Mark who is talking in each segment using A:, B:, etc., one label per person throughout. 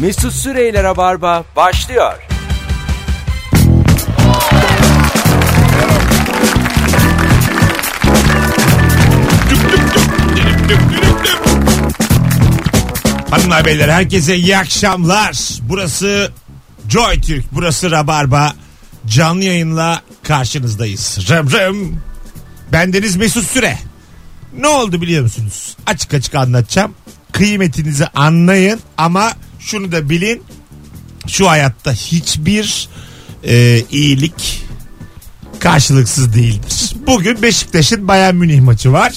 A: Mesut Süreyler'e barba başlıyor.
B: Hanımlar beyler herkese iyi akşamlar. Burası Joy Türk, burası Rabarba. Canlı yayınla karşınızdayız. Rım rım. Bendeniz Mesut Süre. Ne oldu biliyor musunuz? Açık açık anlatacağım. Kıymetinizi anlayın ama şunu da bilin. Şu hayatta hiçbir e, iyilik karşılıksız değildir. Bugün Beşiktaş'ın Bayern Münih maçı var.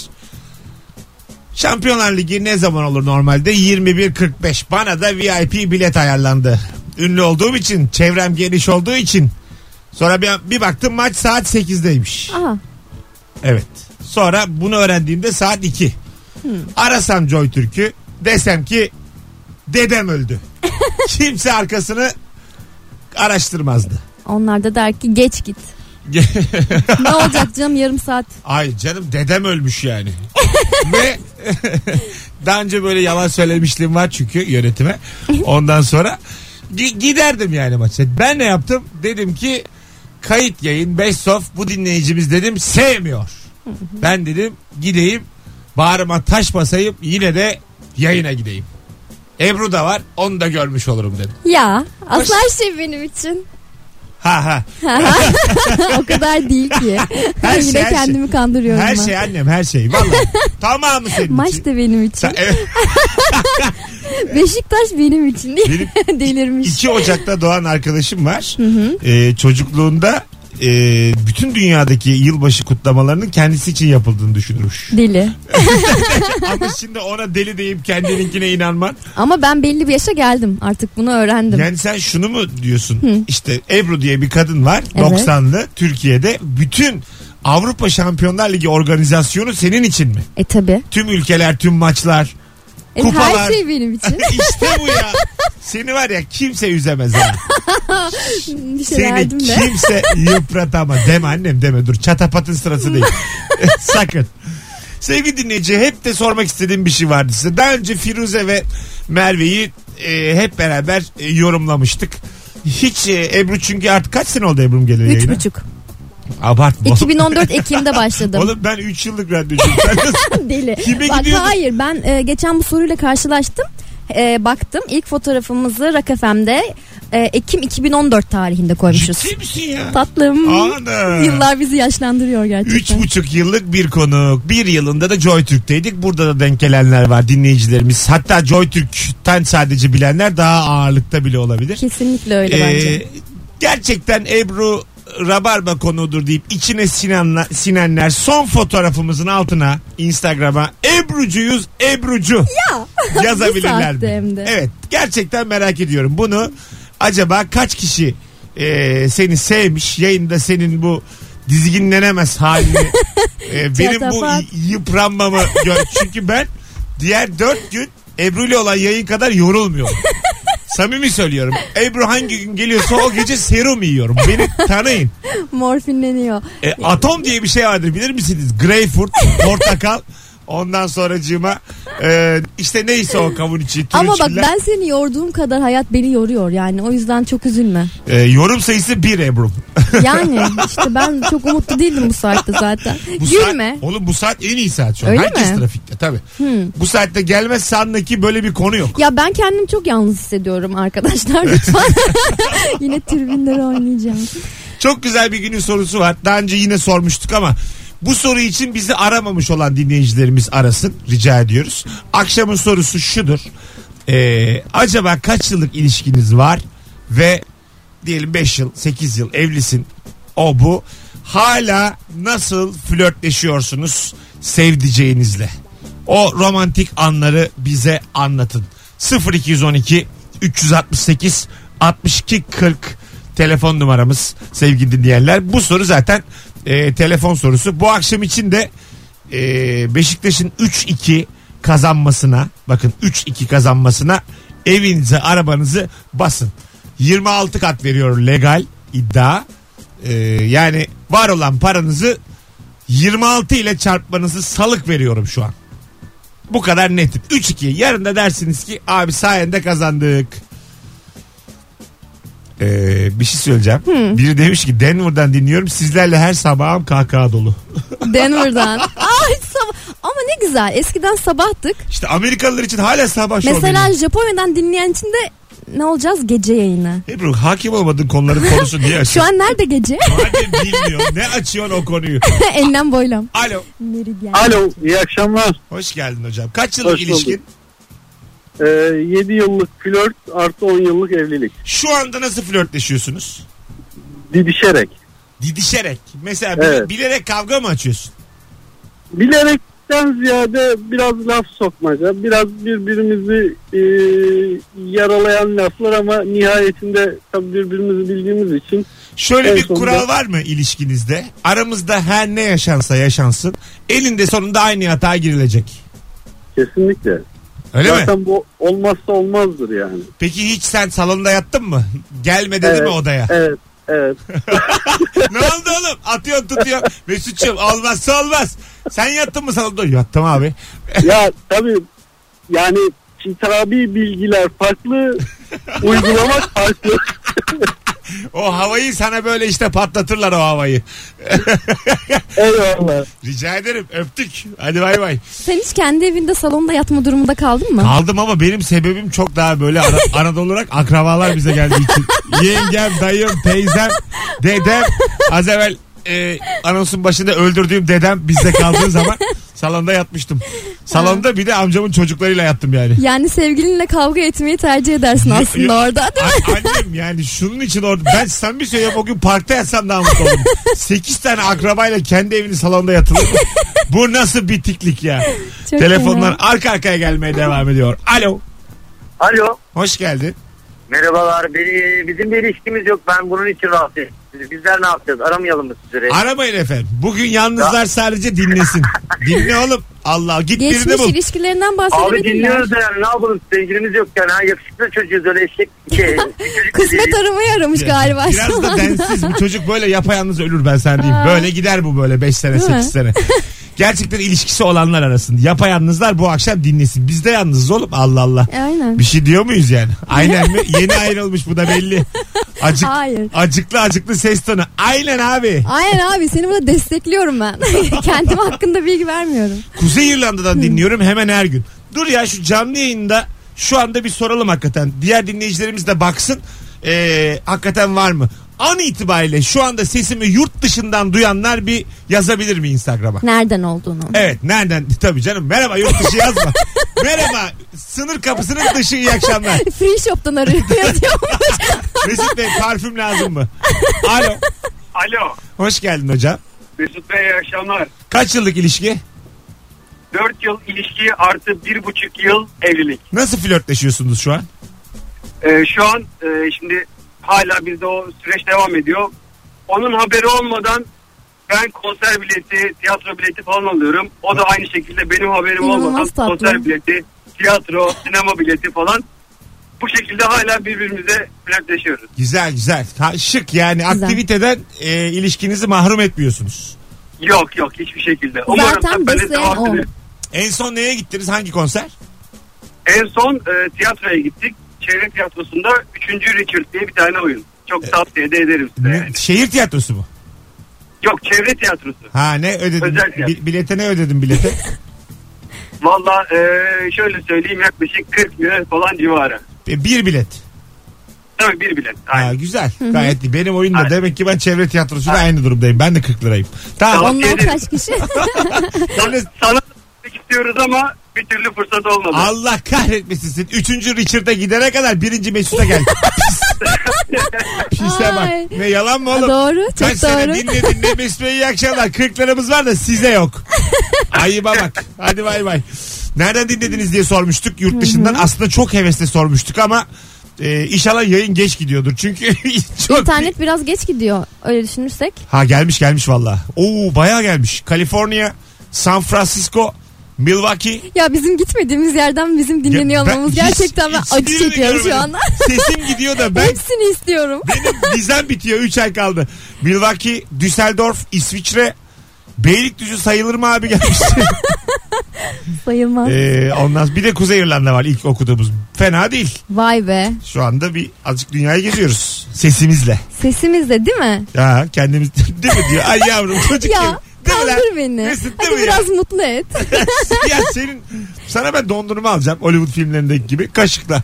B: Şampiyonlar Ligi ne zaman olur normalde? 21.45. Bana da VIP bilet ayarlandı. Ünlü olduğum için, çevrem geniş olduğu için. Sonra bir, bir baktım maç saat 8'deymiş.
C: Aa,
B: Evet. Sonra bunu öğrendiğimde saat 2. Arasam Joy Türk'ü desem ki dedem öldü. Kimse arkasını araştırmazdı.
C: onlar da der ki geç git. ne olacak canım yarım saat.
B: Ay canım dedem ölmüş yani. Ve daha önce böyle yalan söylemişliğim var çünkü yönetime. Ondan sonra gi- giderdim yani maça. Ben ne yaptım? Dedim ki kayıt yayın best of bu dinleyicimiz dedim sevmiyor. Ben dedim gideyim bağrıma taş basayım yine de yayına gideyim. Ebru da var onu da görmüş olurum dedim.
C: Ya aslında her şey benim için.
B: Ha ha
C: o kadar değil ki.
B: Her şey,
C: Yine
B: her şey.
C: kendimi kandırıyorum
B: her
C: ben.
B: şey annem her şey vallahi tamamı senin için.
C: Maç da benim için.
B: Sen- evet,
C: Beşiktaş benim için.
B: benim
C: Delirmiş.
B: 2 Ocak'ta doğan arkadaşım var. Ee, çocukluğunda e, bütün dünyadaki yılbaşı kutlamalarının kendisi için yapıldığını düşünürmüş.
C: Deli.
B: Ama şimdi ona deli deyip kendininkine inanman.
C: Ama ben belli bir yaşa geldim. Artık bunu öğrendim.
B: Yani sen şunu mu diyorsun? İşte Ebru diye bir kadın var.
C: Evet.
B: 90'lı Türkiye'de bütün Avrupa Şampiyonlar Ligi organizasyonu senin için mi?
C: E tabi.
B: Tüm ülkeler, tüm maçlar.
C: E,
B: Kupalar.
C: her şey benim için.
B: işte bu ya. Seni var ya kimse üzemez. ha.
C: bir şey
B: Seni
C: verdim de.
B: kimse yıpratamaz. Deme annem deme dur çatapatın sırası değil. Sakın. Sevgili dinleyici hep de sormak istediğim bir şey vardı size. Daha önce Firuze ve Merve'yi e, hep beraber e, yorumlamıştık. Hiç e, Ebru çünkü artık kaç sene oldu Ebru'm geleli
C: Üç
B: yayına?
C: buçuk.
B: Abartma.
C: 2014 Ekim'de başladım.
B: Oğlum ben 3 yıllık radyocuyum. Sen nasıl-
C: Deli.
B: Kime
C: Bak
B: gidiyordun?
C: hayır ben e, geçen bu soruyla karşılaştım. E, baktım ilk fotoğrafımızı Rock FM'de e, Ekim 2014 tarihinde koymuşuz.
B: Ciddi misin ya?
C: Tatlım.
B: Ana.
C: Yıllar bizi yaşlandırıyor
B: Üç
C: gerçekten.
B: buçuk yıllık bir konuk. Bir yılında da Joy Türk'teydik. Burada da denk gelenler var dinleyicilerimiz. Hatta Joy Türk'ten sadece bilenler daha ağırlıkta bile olabilir.
C: Kesinlikle öyle bence.
B: Ee, gerçekten Ebru Rabarba konudur deyip içine sinenler, sinenler son fotoğrafımızın altına Instagram'a Ebru'cuyuz Ebru'cu yazabilirler
C: Bu saatte hem
B: mi?
C: de.
B: Evet gerçekten merak ediyorum bunu acaba kaç kişi e, seni sevmiş yayında senin bu dizginlenemez halini e, benim bu
C: Çatapat.
B: y- yıpranmamı gör. çünkü ben diğer dört gün Ebru ile olan yayın kadar yorulmuyorum. Samimi söylüyorum. Ebru hangi gün geliyorsa o gece serum yiyorum. Beni tanıyın.
C: Morfinleniyor.
B: E, atom diye bir şey vardır bilir misiniz? Greyfurt, portakal. Ondan sonracığıma e, işte neyse o kavun içi.
C: Ama bak
B: turunçgiller.
C: ben seni yorduğum kadar hayat beni yoruyor yani o yüzden çok üzülme.
B: E, yorum sayısı bir Ebru.
C: Yani işte ben çok umutlu değildim bu saatte zaten.
B: Bu
C: Gülme.
B: Saat, oğlum bu saat en iyi saat şu an.
C: Öyle
B: Herkes
C: mi? Hmm.
B: trafikte tabii. Bu saatte gelmez ki böyle bir konu yok.
C: Ya ben kendimi çok yalnız hissediyorum arkadaşlar lütfen. Yine tribünlere oynayacağım.
B: Çok güzel bir günün sorusu var. Daha önce yine sormuştuk ama bu soru için bizi aramamış olan dinleyicilerimiz arasın rica ediyoruz. Akşamın sorusu şudur. Ee, acaba kaç yıllık ilişkiniz var ve diyelim 5 yıl 8 yıl evlisin o bu hala nasıl flörtleşiyorsunuz sevdiceğinizle o romantik anları bize anlatın 0212 368 62 40 telefon numaramız sevgili dinleyenler bu soru zaten e, telefon sorusu bu akşam için de e, Beşiktaş'ın 3-2 kazanmasına bakın 3-2 kazanmasına evinize arabanızı basın. 26 kat veriyor legal iddia. Ee, yani var olan paranızı 26 ile çarpmanızı salık veriyorum şu an. Bu kadar netim. 3-2 yarın da dersiniz ki abi sayende kazandık. Ee, bir şey söyleyeceğim. Biri demiş ki Denver'dan dinliyorum. Sizlerle her sabahım kahkaha dolu.
C: Denver'dan. Ay sabah. Ama ne güzel. Eskiden sabahtık.
B: İşte Amerikalılar için hala sabah şov.
C: Mesela
B: benim.
C: Japonya'dan dinleyen için de ne olacağız? Gece yayını.
B: Ebru hakim olmadığın konuların konusu niye
C: Şu
B: açıyorsun?
C: an nerede gece?
B: Madem bilmiyorsun ne açıyorsun o konuyu?
C: Enlem boylam.
B: Alo.
C: Meridyen.
D: Alo iyi akşamlar.
B: Hoş geldin hocam. Kaç yıllık
D: Hoş bulduk.
B: ilişkin?
D: 7 yıllık flört artı 10 yıllık evlilik.
B: Şu anda nasıl flörtleşiyorsunuz?
D: Didişerek.
B: Didişerek. Mesela bile-
D: Evet.
B: bilerek kavga mı açıyorsun?
D: Bilerekten ziyade biraz laf sokmaca, biraz birbirimizi e, yaralayan laflar ama nihayetinde tabii birbirimizi bildiğimiz için
B: Şöyle
D: En
B: bir
D: sonunda-
B: kural var mı ilişkinizde? Aramızda her ne yaşansa yaşansın. Elinde sonunda aynı hata girilecek.
D: kesinlikle.
B: Öyle mi?
D: Zaten bu olmazsa olmazdır yani.
B: Peki hiç sen salonda yattın mı? Gelme dedi
D: Evet,
B: mi odaya?
D: Evet, evet.
B: ne oldu oğlum? Atıyorsun tutuyorsun. Mesut'cum olmazsa olmaz. Sen yattın mı salonda? Yattım abi.
D: ya tabii yani kitabi bilgiler farklı, uygulamak farklı.
B: O havayı sana böyle işte patlatırlar o havayı.
D: Eyvallah.
B: Rica ederim öptük. Hadi bay bay.
C: Sen hiç kendi evinde salonda yatma durumunda kaldın mı?
B: Kaldım ama benim sebebim çok daha böyle Ana- Anadolu olarak akrabalar bize geldiği için. Yengem, dayım, teyzem, dedem. Az evvel e, anonsun başında öldürdüğüm dedem bizde kaldığı zaman salonda yatmıştım. Salonda bir de amcamın çocuklarıyla yattım yani.
C: Yani sevgilinle kavga etmeyi tercih edersin
B: Yok,
C: aslında
B: yok.
C: orada. Değil mi?
B: A- annem yani şunun için orada ben sen bir söyleyeyim o gün parkta yatsam daha mutlu olurum. 8 tane akrabayla kendi evinin salonda yatılır mı? Bu nasıl bitiklik ya?
C: Çok
B: Telefonlar
C: fena.
B: arka arkaya gelmeye devam ediyor. Alo.
E: Alo.
B: Hoş geldin.
E: Merhabalar. Beni- Bizim bir ilişkimiz yok. Ben bunun için rahatsız ettim sizi. Bizler ne yapacağız? Aramayalım mı sizleri?
B: Aramayın efendim. Bugün yalnızlar sadece dinlesin. Dinle oğlum. Allah git birini
C: Geçmiş
B: bul.
C: ilişkilerinden
E: Abi
C: bahsedemedin ya.
E: dinliyoruz da yani ne yapalım sevgilimiz yok yani ha, yakışıklı çocuğuz öyle eşek şey, çocuk
C: Kısmet
E: değil.
C: aramayı aramış galiba şu
B: Biraz da
C: anda.
B: densiz bu çocuk böyle yapayalnız ölür ben sen diyeyim. Böyle gider bu böyle 5 sene
C: Değil mi?
B: 8 sene. Gerçekten ilişkisi olanlar arasında yapayalnızlar bu akşam dinlesin. Biz de yalnızız oğlum Allah Allah.
C: E, Aynen.
B: Bir şey diyor muyuz yani? Aynen mi? Yeni ayrılmış bu da belli. Acık,
C: Hayır.
B: Acıklı acıklı ses tonu. Aynen abi.
C: Aynen abi seni burada destekliyorum ben. Kendim hakkında bilgi vermiyorum.
B: Kuzey İrlanda'dan dinliyorum hemen her gün. Dur ya şu canlı yayında şu anda bir soralım hakikaten. Diğer dinleyicilerimiz de baksın. Ee, hakikaten var mı? An itibariyle şu anda sesimi yurt dışından duyanlar bir yazabilir mi Instagram'a?
C: Nereden olduğunu.
B: Evet nereden? Tabii canım merhaba yurt dışı yazma. merhaba sınır kapısının dışı iyi akşamlar.
C: Free shop'tan arıyor diyormuş.
B: Mesut Bey parfüm lazım mı? Alo.
F: Alo.
B: Hoş geldin hocam.
F: Mesut Bey iyi akşamlar.
B: Kaç yıllık ilişki?
F: 4 yıl ilişki artı 1,5 yıl evlilik.
B: Nasıl flörtleşiyorsunuz şu an?
F: Ee, şu an e, şimdi hala bizde o süreç devam ediyor. Onun haberi olmadan ben konser bileti, tiyatro bileti falan alıyorum. O da aynı şekilde benim haberim
C: İnanılmaz
F: olmadan
C: tatlı.
F: konser bileti, tiyatro, sinema bileti falan. Bu şekilde hala birbirimize flörtleşiyoruz.
B: Güzel güzel. Ha, şık yani
C: Güzel.
B: aktiviteden e, ilişkinizi mahrum etmiyorsunuz.
F: Yok yok hiçbir şekilde.
C: Zaten
F: da böyle
C: besleyen
F: devam
C: o.
F: eder.
B: En son neye gittiniz? Hangi konser?
F: En son e, tiyatroya gittik. Çevre tiyatrosunda 3. Richard diye bir tane oyun. Çok tavsiye de ederim size.
B: Ne-
F: yani.
B: Şehir tiyatrosu mu?
F: Yok çevre tiyatrosu.
B: Ha ne ödedin?
F: Özel tiyatro.
B: Bi- bilete ne ödedin bilete?
F: Valla e, şöyle söyleyeyim yaklaşık 40 lira falan civarı.
B: E, bir bilet.
F: Tabii bir bilet.
B: Ha,
F: Aynen.
B: güzel. Gayet iyi. Benim oyunda
F: Aynen.
B: demek ki ben çevre tiyatrosunda aynı durumdayım. Ben de 40 lirayım. Tamam.
F: Tamam.
C: Onlar kaç kişi?
B: Yalnız
F: Sana da istiyoruz ama bir türlü fırsat olmadı.
B: Allah kahretmesin seni. Üçüncü Richard'a gidene kadar birinci Mesut'a gel. Pis. Pise
C: Ay.
B: bak. Ne yalan mı oğlum?
C: doğru. Çok
B: Kaç sene
C: doğru.
B: dinledin ne Mesut Bey iyi akşamlar. 40 liramız var da size yok. Ayıba bak. Hadi bay bay. Nereden dinlediniz diye sormuştuk. Yurt dışından aslında çok hevesle sormuştuk ama e, inşallah yayın geç gidiyordur. Çünkü çok...
C: İnternet biraz geç gidiyor öyle düşünürsek.
B: Ha gelmiş gelmiş valla. Oo bayağı gelmiş. Kaliforniya, San Francisco, Milwaukee.
C: Ya bizim gitmediğimiz yerden bizim dinleniyor
B: Ya ben
C: olmamız
B: hiç-
C: gerçekten ben acı
B: hiçbirini
C: çekiyorum şu
B: görmedim.
C: anda.
B: Sesim gidiyor da ben
C: Hepsini istiyorum.
B: Benim vizem bitiyor 3 ay kaldı. Milwaukee, Düsseldorf, İsviçre, Beylikdüzü sayılır mı abi gelmiş.
C: Sayılmaz.
B: Ee, ondan bir de Kuzey İrlanda var ilk okuduğumuz. Fena değil.
C: Vay be.
B: Şu anda bir azıcık dünyayı geziyoruz sesimizle.
C: Sesimizle değil mi?
B: Ya kendimiz değil mi diyor. Ay yavrum çocuk
C: Ya
B: gibi. Değil mi lan?
C: kaldır beni.
B: Mesut, değil
C: Hadi
B: mi
C: biraz mutlu et.
B: ya senin sana ben dondurma alacağım Hollywood filmlerindeki gibi kaşıkla.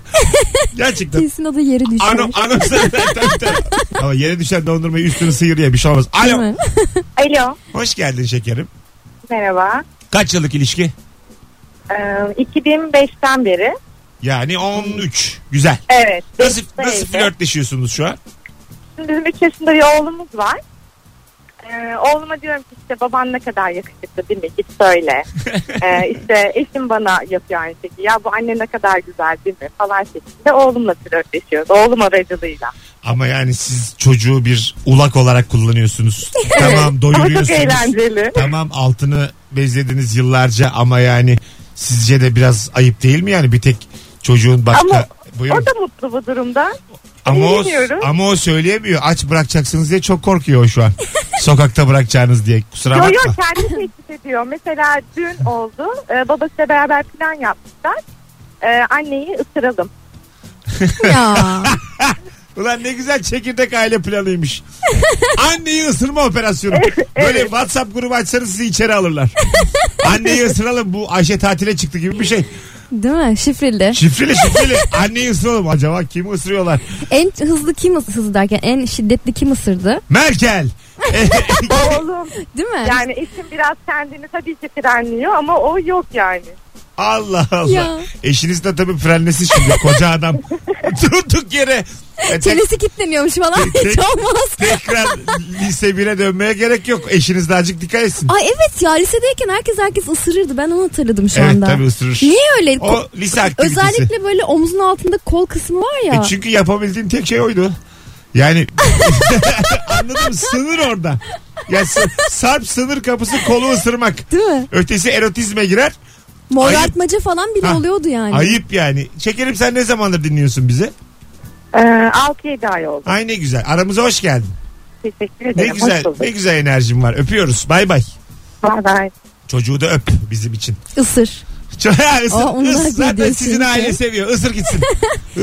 B: Gerçekten.
C: Kesin o da yeri düşer.
B: Ano, ano Ama yere düşen dondurmayı üstünü sıyır ya bir şey olmaz.
C: Değil
B: Alo.
C: mi?
G: Alo.
B: Hoş geldin şekerim.
G: Merhaba.
B: Kaç yıllık ilişki?
G: Ee, 2005'ten beri.
B: Yani 13. Güzel.
G: Evet.
B: Nasıl,
G: beşteydi.
B: nasıl flörtleşiyorsunuz şu an?
G: Şimdi bizim 3 yaşında bir oğlumuz var. Ee, oğluma diyorum ki işte baban ne kadar yakışıklı değil mi? Git söyle. Ee, işte eşim bana yapıyor aynı şekilde. Ya bu anne ne kadar güzel değil mi? Falan şeklinde oğlumla flörtleşiyoruz. Oğlum aracılığıyla.
B: Ama yani siz çocuğu bir ulak olarak kullanıyorsunuz. tamam
G: Ama çok
B: doyuruyorsunuz.
G: eğlenceli.
B: tamam altını bezlediniz yıllarca ama yani sizce de biraz ayıp değil mi yani bir tek çocuğun başka
G: Ama
B: Buyurun.
G: O da mutlu bu durumda.
B: Ama o,
G: Bilmiyorum.
B: ama o söyleyemiyor. Aç bırakacaksınız diye çok korkuyor o şu an. Sokakta bırakacağınız diye. Kusura
G: Yo
B: bakma.
G: yo kendi teklif ediyor. Mesela dün oldu. Ee, babasıyla beraber plan yapmışlar. Ee, anneyi ısıralım.
C: Ya.
B: Ulan ne güzel çekirdek aile planıymış. Anneyi ısırma operasyonu. Böyle WhatsApp grubu açsanız sizi içeri alırlar. Anneyi ısıralım bu Ayşe tatile çıktı gibi bir şey.
C: Değil mi? Şifreli.
B: Şifreli şifreli. Anneyi ısıralım acaba kimi ısırıyorlar?
C: En hızlı kim ıs- hızlı derken en şiddetli kim ısırdı?
B: Merkel.
G: Oğlum
C: Değil mi?
G: yani eşim biraz kendini tabii ki frenliyor ama o yok yani.
B: Allah Allah.
C: Ya.
B: Eşiniz de tabii frenlesin şimdi koca adam. Durduk yere. E, tek-
C: Çenesi kilitleniyormuş falan hiç
B: Tek-
C: olmaz.
B: tekrar lise 1'e dönmeye gerek yok. Eşiniz de azıcık dikkat etsin.
C: Ay evet ya lisedeyken herkes herkes ısırırdı. Ben onu hatırladım şu
B: evet
C: anda.
B: tabii ısırır.
C: Niye öyle?
B: O lise aktivitesi.
C: Özellikle böyle omzun altında kol kısmı var
B: E
C: ya.
B: çünkü yapabildiğin tek şey oydu. Yani anladın mı? Sınır orada. Ya s- sarp sınır kapısı kolu ısırmak.
C: Değil mi?
B: Ötesi erotizme girer.
C: Morartmaca falan bile
B: Ha.
C: oluyordu yani.
B: Ayıp yani. Şekerim sen ne zamandır dinliyorsun bize?
G: Ee, 6-7 ay oldu.
B: Ay ne güzel. Aramıza hoş geldin.
G: Teşekkür
B: Ne
G: ederim.
B: güzel.
G: Hoş bulduk.
B: Ne güzel enerjim var. Öpüyoruz. Bay bay.
G: Bay bay.
B: Çocuğu da öp bizim için.
C: Isır.
B: Ya ısır,
C: Aa, onlar
B: ısır. Zaten
C: biliyor
B: sizin
C: çünkü.
B: aile seviyor. Isır gitsin.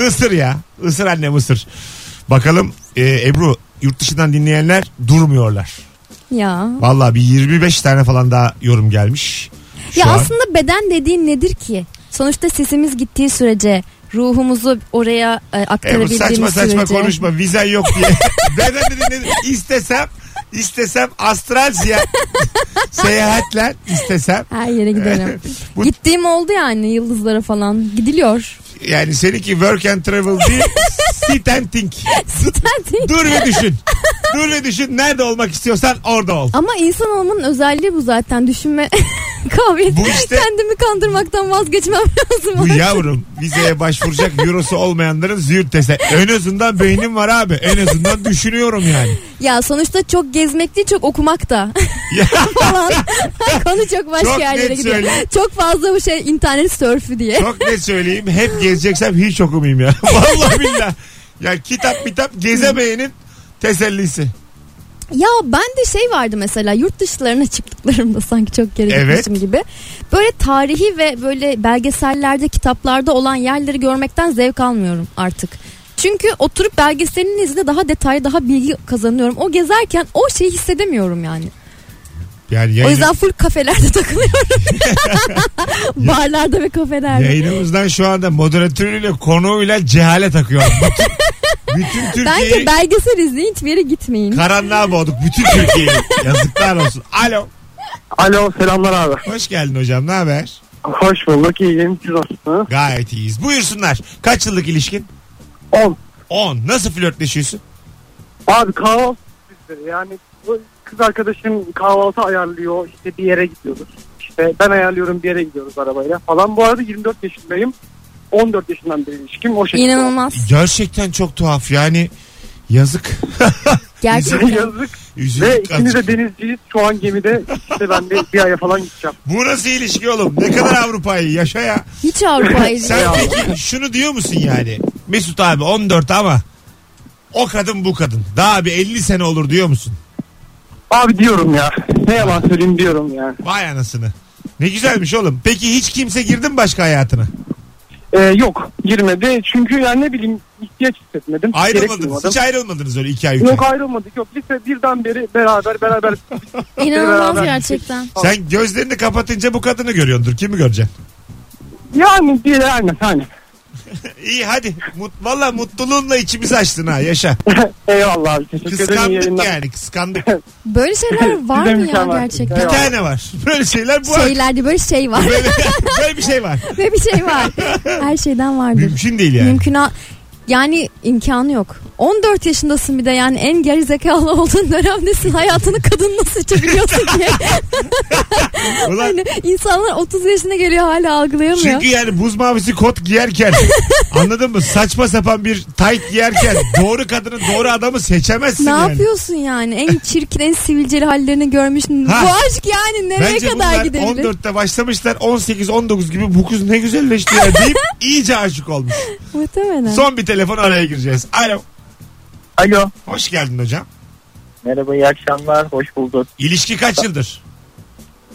B: Isır ya. Isır annem ısır. Bakalım e, Ebru yurt dışından dinleyenler durmuyorlar.
C: Ya.
B: Valla bir 25 tane falan daha yorum gelmiş. Şu
C: ya
B: an.
C: aslında beden dediğin nedir ki? Sonuçta sesimiz gittiği sürece ruhumuzu oraya e,
B: Ebru
C: aktarabildiğimiz
B: saçma saçma
C: sürece.
B: konuşma. Vizen yok diye. Beden dedi ne- istesem istesem astral ziyaret seyahatler istesem
C: Her yere giderim.
B: Bu-
C: Gittiğim oldu yani yıldızlara falan. Gidiliyor.
B: yani seninki work and travel değil sit and think. Dur ve düşün. Dur ve düşün. Nerede olmak istiyorsan orada ol.
C: Ama insan olmanın özelliği bu zaten. Düşünme kabiliyeti.
B: Bu işte-
C: Kendimi kandırmaktan vazgeçmem lazım.
B: Bu yavrum vizeye başvuracak eurosu olmayanların züğürt testi. En azından beynim var abi. En azından düşünüyorum yani.
C: Ya sonuçta çok gezmek değil çok okumak da.
B: Ya,
C: falan. Konu çok başka
B: Çok
C: yerlere
B: net
C: gidiyor.
B: söyle.
C: Çok fazla bu şey internet sörfü diye.
B: çok ne söyleyeyim. Hep gezeceksem hiç okumayayım ya. Vallahi billahi. Ya kitap kitap gezemeyenin tesellisi.
C: Ya ben de şey vardı mesela yurt dışlarına çıktıklarımda sanki çok geri
B: Evet.
C: gitmişim gibi. Böyle tarihi ve böyle belgesellerde kitaplarda olan yerleri görmekten zevk almıyorum artık. Çünkü oturup belgeselini izle daha detay daha bilgi kazanıyorum. O gezerken o şeyi hissedemiyorum yani.
B: Yani
C: O
B: yayını-
C: yüzden full kafelerde takılıyorum. Barlarda ve kafelerde.
B: yayınımızdan şu anda moderatörüyle konuğuyla cehalet akıyor. Bütün, bütün Türkiye'yi
C: Bence belgesel izleyin hiçbir yere gitmeyin.
B: karanlığa boğduk. Bütün Türkiye'yi. Yazıklar olsun. Alo.
D: Alo selamlar abi.
B: Hoş geldin hocam. Ne haber?
D: Hoş bulduk iyiyim siz nasılsınız?
B: Gayet iyiyiz. Buyursunlar. Kaç yıllık ilişkin?
D: 10.
B: 10. Nasıl flörtleşiyorsun?
D: Abi kahvaltı bizdir. Yani bu kız arkadaşım kahvaltı ayarlıyor. İşte bir yere gidiyoruz. İşte ben ayarlıyorum bir yere gidiyoruz arabayla falan. Bu arada 24 yaşındayım. 14 yaşından beri ilişkim o şekilde.
C: İnanılmaz.
B: Gerçekten çok tuhaf. Yani yazık.
C: Gerçekten.
D: Yazık. Ve
B: Üzüldük
D: ikimiz
B: azıcık.
D: de denizciyiz. Şu an gemide. İşte ben de bir aya falan gideceğim.
B: Bu nasıl ilişki oğlum? Ne kadar Avrupa'yı yaşa ya.
C: Hiç Avrupa'yı
B: Sen peki şunu diyor musun yani? Mesut abi 14 ama o kadın bu kadın. Daha bir 50 sene olur diyor musun?
D: Abi diyorum ya. Ne yalan söyleyeyim diyorum ya.
B: Vay anasını. Ne güzelmiş oğlum. Peki hiç kimse girdi mi başka hayatına?
D: Ee, yok girmedi. Çünkü yani ne bileyim ihtiyaç hissetmedim. Gerek
B: Ayrılmadınız.
D: duymadım.
B: Hiç ayrılmadınız öyle iki ay üç ay.
D: Yok ayrılmadık. Yok lise birden beri beraber beraber.
C: İnanılmaz
D: Beraber.
C: gerçekten.
B: Sen gözlerini kapatınca bu kadını görüyordur. Kimi göreceksin?
D: yani bir yani hani.
B: İyi hadi. Mut, Valla mutluluğunla içimizi açtın ha. Yaşa.
D: Eyvallah abi teşekkür ederim. iyi
B: Kıskandık
D: yayınlar.
B: yani. Kıskandık.
C: Böyle şeyler var
D: Size
C: mı ya
D: mükemmel.
B: Bir
C: gerçekten?
D: Eyvallah.
B: tane var. Böyle şeyler bu.
C: Şeylerde böyle şey var
B: Böyle, böyle bir şey var.
C: ve bir şey var. Her şeyden vardır.
B: Mümkün değil yani.
C: Mümkün ha- yani imkanı yok. 14 yaşındasın bir de yani en geri zekalı olduğun dönemdesin. Hayatını kadın nasıl çeviriyorsun ki?
B: Ulan,
C: Yani insanlar 30 yaşına geliyor hala algılayamıyor.
B: çünkü yani buz mavisi kot giyerken anladın mı? Saçma sapan bir tayt giyerken doğru kadını doğru adamı seçemezsin
C: ne
B: yani.
C: yapıyorsun yani? En çirkin, en sivilceli hallerini görmüş.
B: Ha.
C: Bu aşk yani nereye
B: Bence
C: kadar
B: bunlar
C: gidebilir?
B: 14'te başlamışlar 18-19 gibi bu kız ne güzelleşti ya deyip iyice aşık olmuş.
C: Muhtemelen.
B: Son bir telefon araya gireceğiz. Alo.
E: Alo.
B: Hoş geldin hocam.
E: Merhaba iyi akşamlar. Hoş bulduk.
B: İlişki kaç yıldır?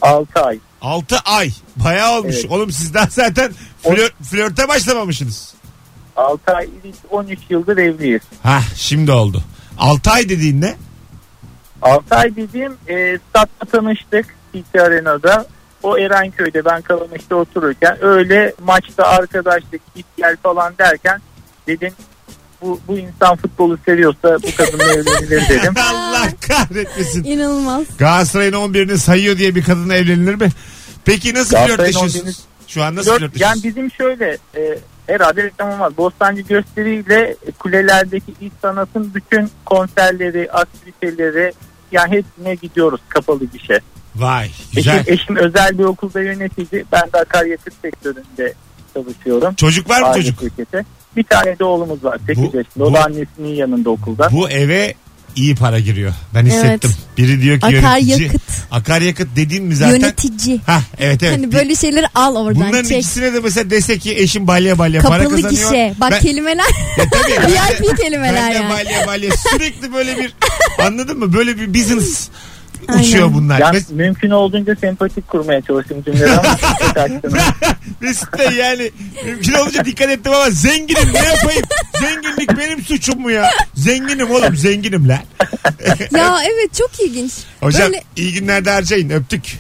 E: 6 ay.
B: 6 ay. Bayağı olmuş.
E: Evet.
B: Oğlum siz daha zaten flört, flörte başlamamışsınız.
E: 6 ay 13 yıldır evliyiz.
B: Ha şimdi oldu. 6 ay dediğin ne?
E: 6 ay dediğim e, statta tanıştık CT Arena'da. O Erenköy'de ben Kalamış'ta otururken öyle maçta arkadaşlık git gel falan derken dedim bu, bu insan futbolu seviyorsa bu kadınla evlenilir dedim.
B: Allah kahretmesin.
C: İnanılmaz.
B: Galatasaray'ın 11'ini sayıyor diye bir kadınla evlenilir mi? Peki nasıl
E: Galatasaray'ın
B: flörtleşiyorsunuz?
E: 11'ini
B: Şu an nasıl
E: Flört- yani
B: flörtleşiyorsunuz?
E: bizim şöyle e, herhalde reklam olmaz. Bostancı gösteriyle kulelerdeki iç sanatın bütün konserleri, aktiviteleri yani hepsine gidiyoruz kapalı gişe.
B: Vay
E: Eşim,
B: güzel.
E: eşim özel bir okulda yönetici. Ben de akaryakıt sektöründe çalışıyorum.
B: Çocuk var mı
E: Aile
B: çocuk?
E: şirketi. Bir tane de oğlumuz var. 8
B: Bu-
E: yaşında. O da
B: bu-
E: annesinin yanında okulda.
B: Bu eve iyi para giriyor. Ben
C: Evet.
B: hissettim. Biri diyor ki yönetici.
C: Akaryakıt,
B: Akaryakıt dediğin mi zaten?
C: yönetici.
B: Ha evet evet.
C: Hani böyle şeyleri al oradan
B: Bunların
C: çek.
B: ikisine de mesela dese ki eşim balya balya para
C: Kapalı
B: kazanıyor.
C: gişe. Bak
B: Ben-
C: kelimeler
B: Ya tabii, ben de-
C: VIP kelimeler
B: ben de
C: yani.
B: balya balya sürekli böyle bir anladın mı? Böyle bir business
C: Aynen.
B: uçuyor bunlar.
E: Yani
B: Mes-
E: mümkün olduğunca sempatik kurmaya çalıştım cümleleri ama çok kaçtınız.
B: Mesut Bey yani mümkün olunca dikkat ettim ama zenginim ne yapayım? Zenginlik benim suçum mu ya? Zenginim oğlum zenginim la.
C: Ya evet çok ilginç.
B: Hocam
C: Böyle-
B: iyi günler de harcayın öptük.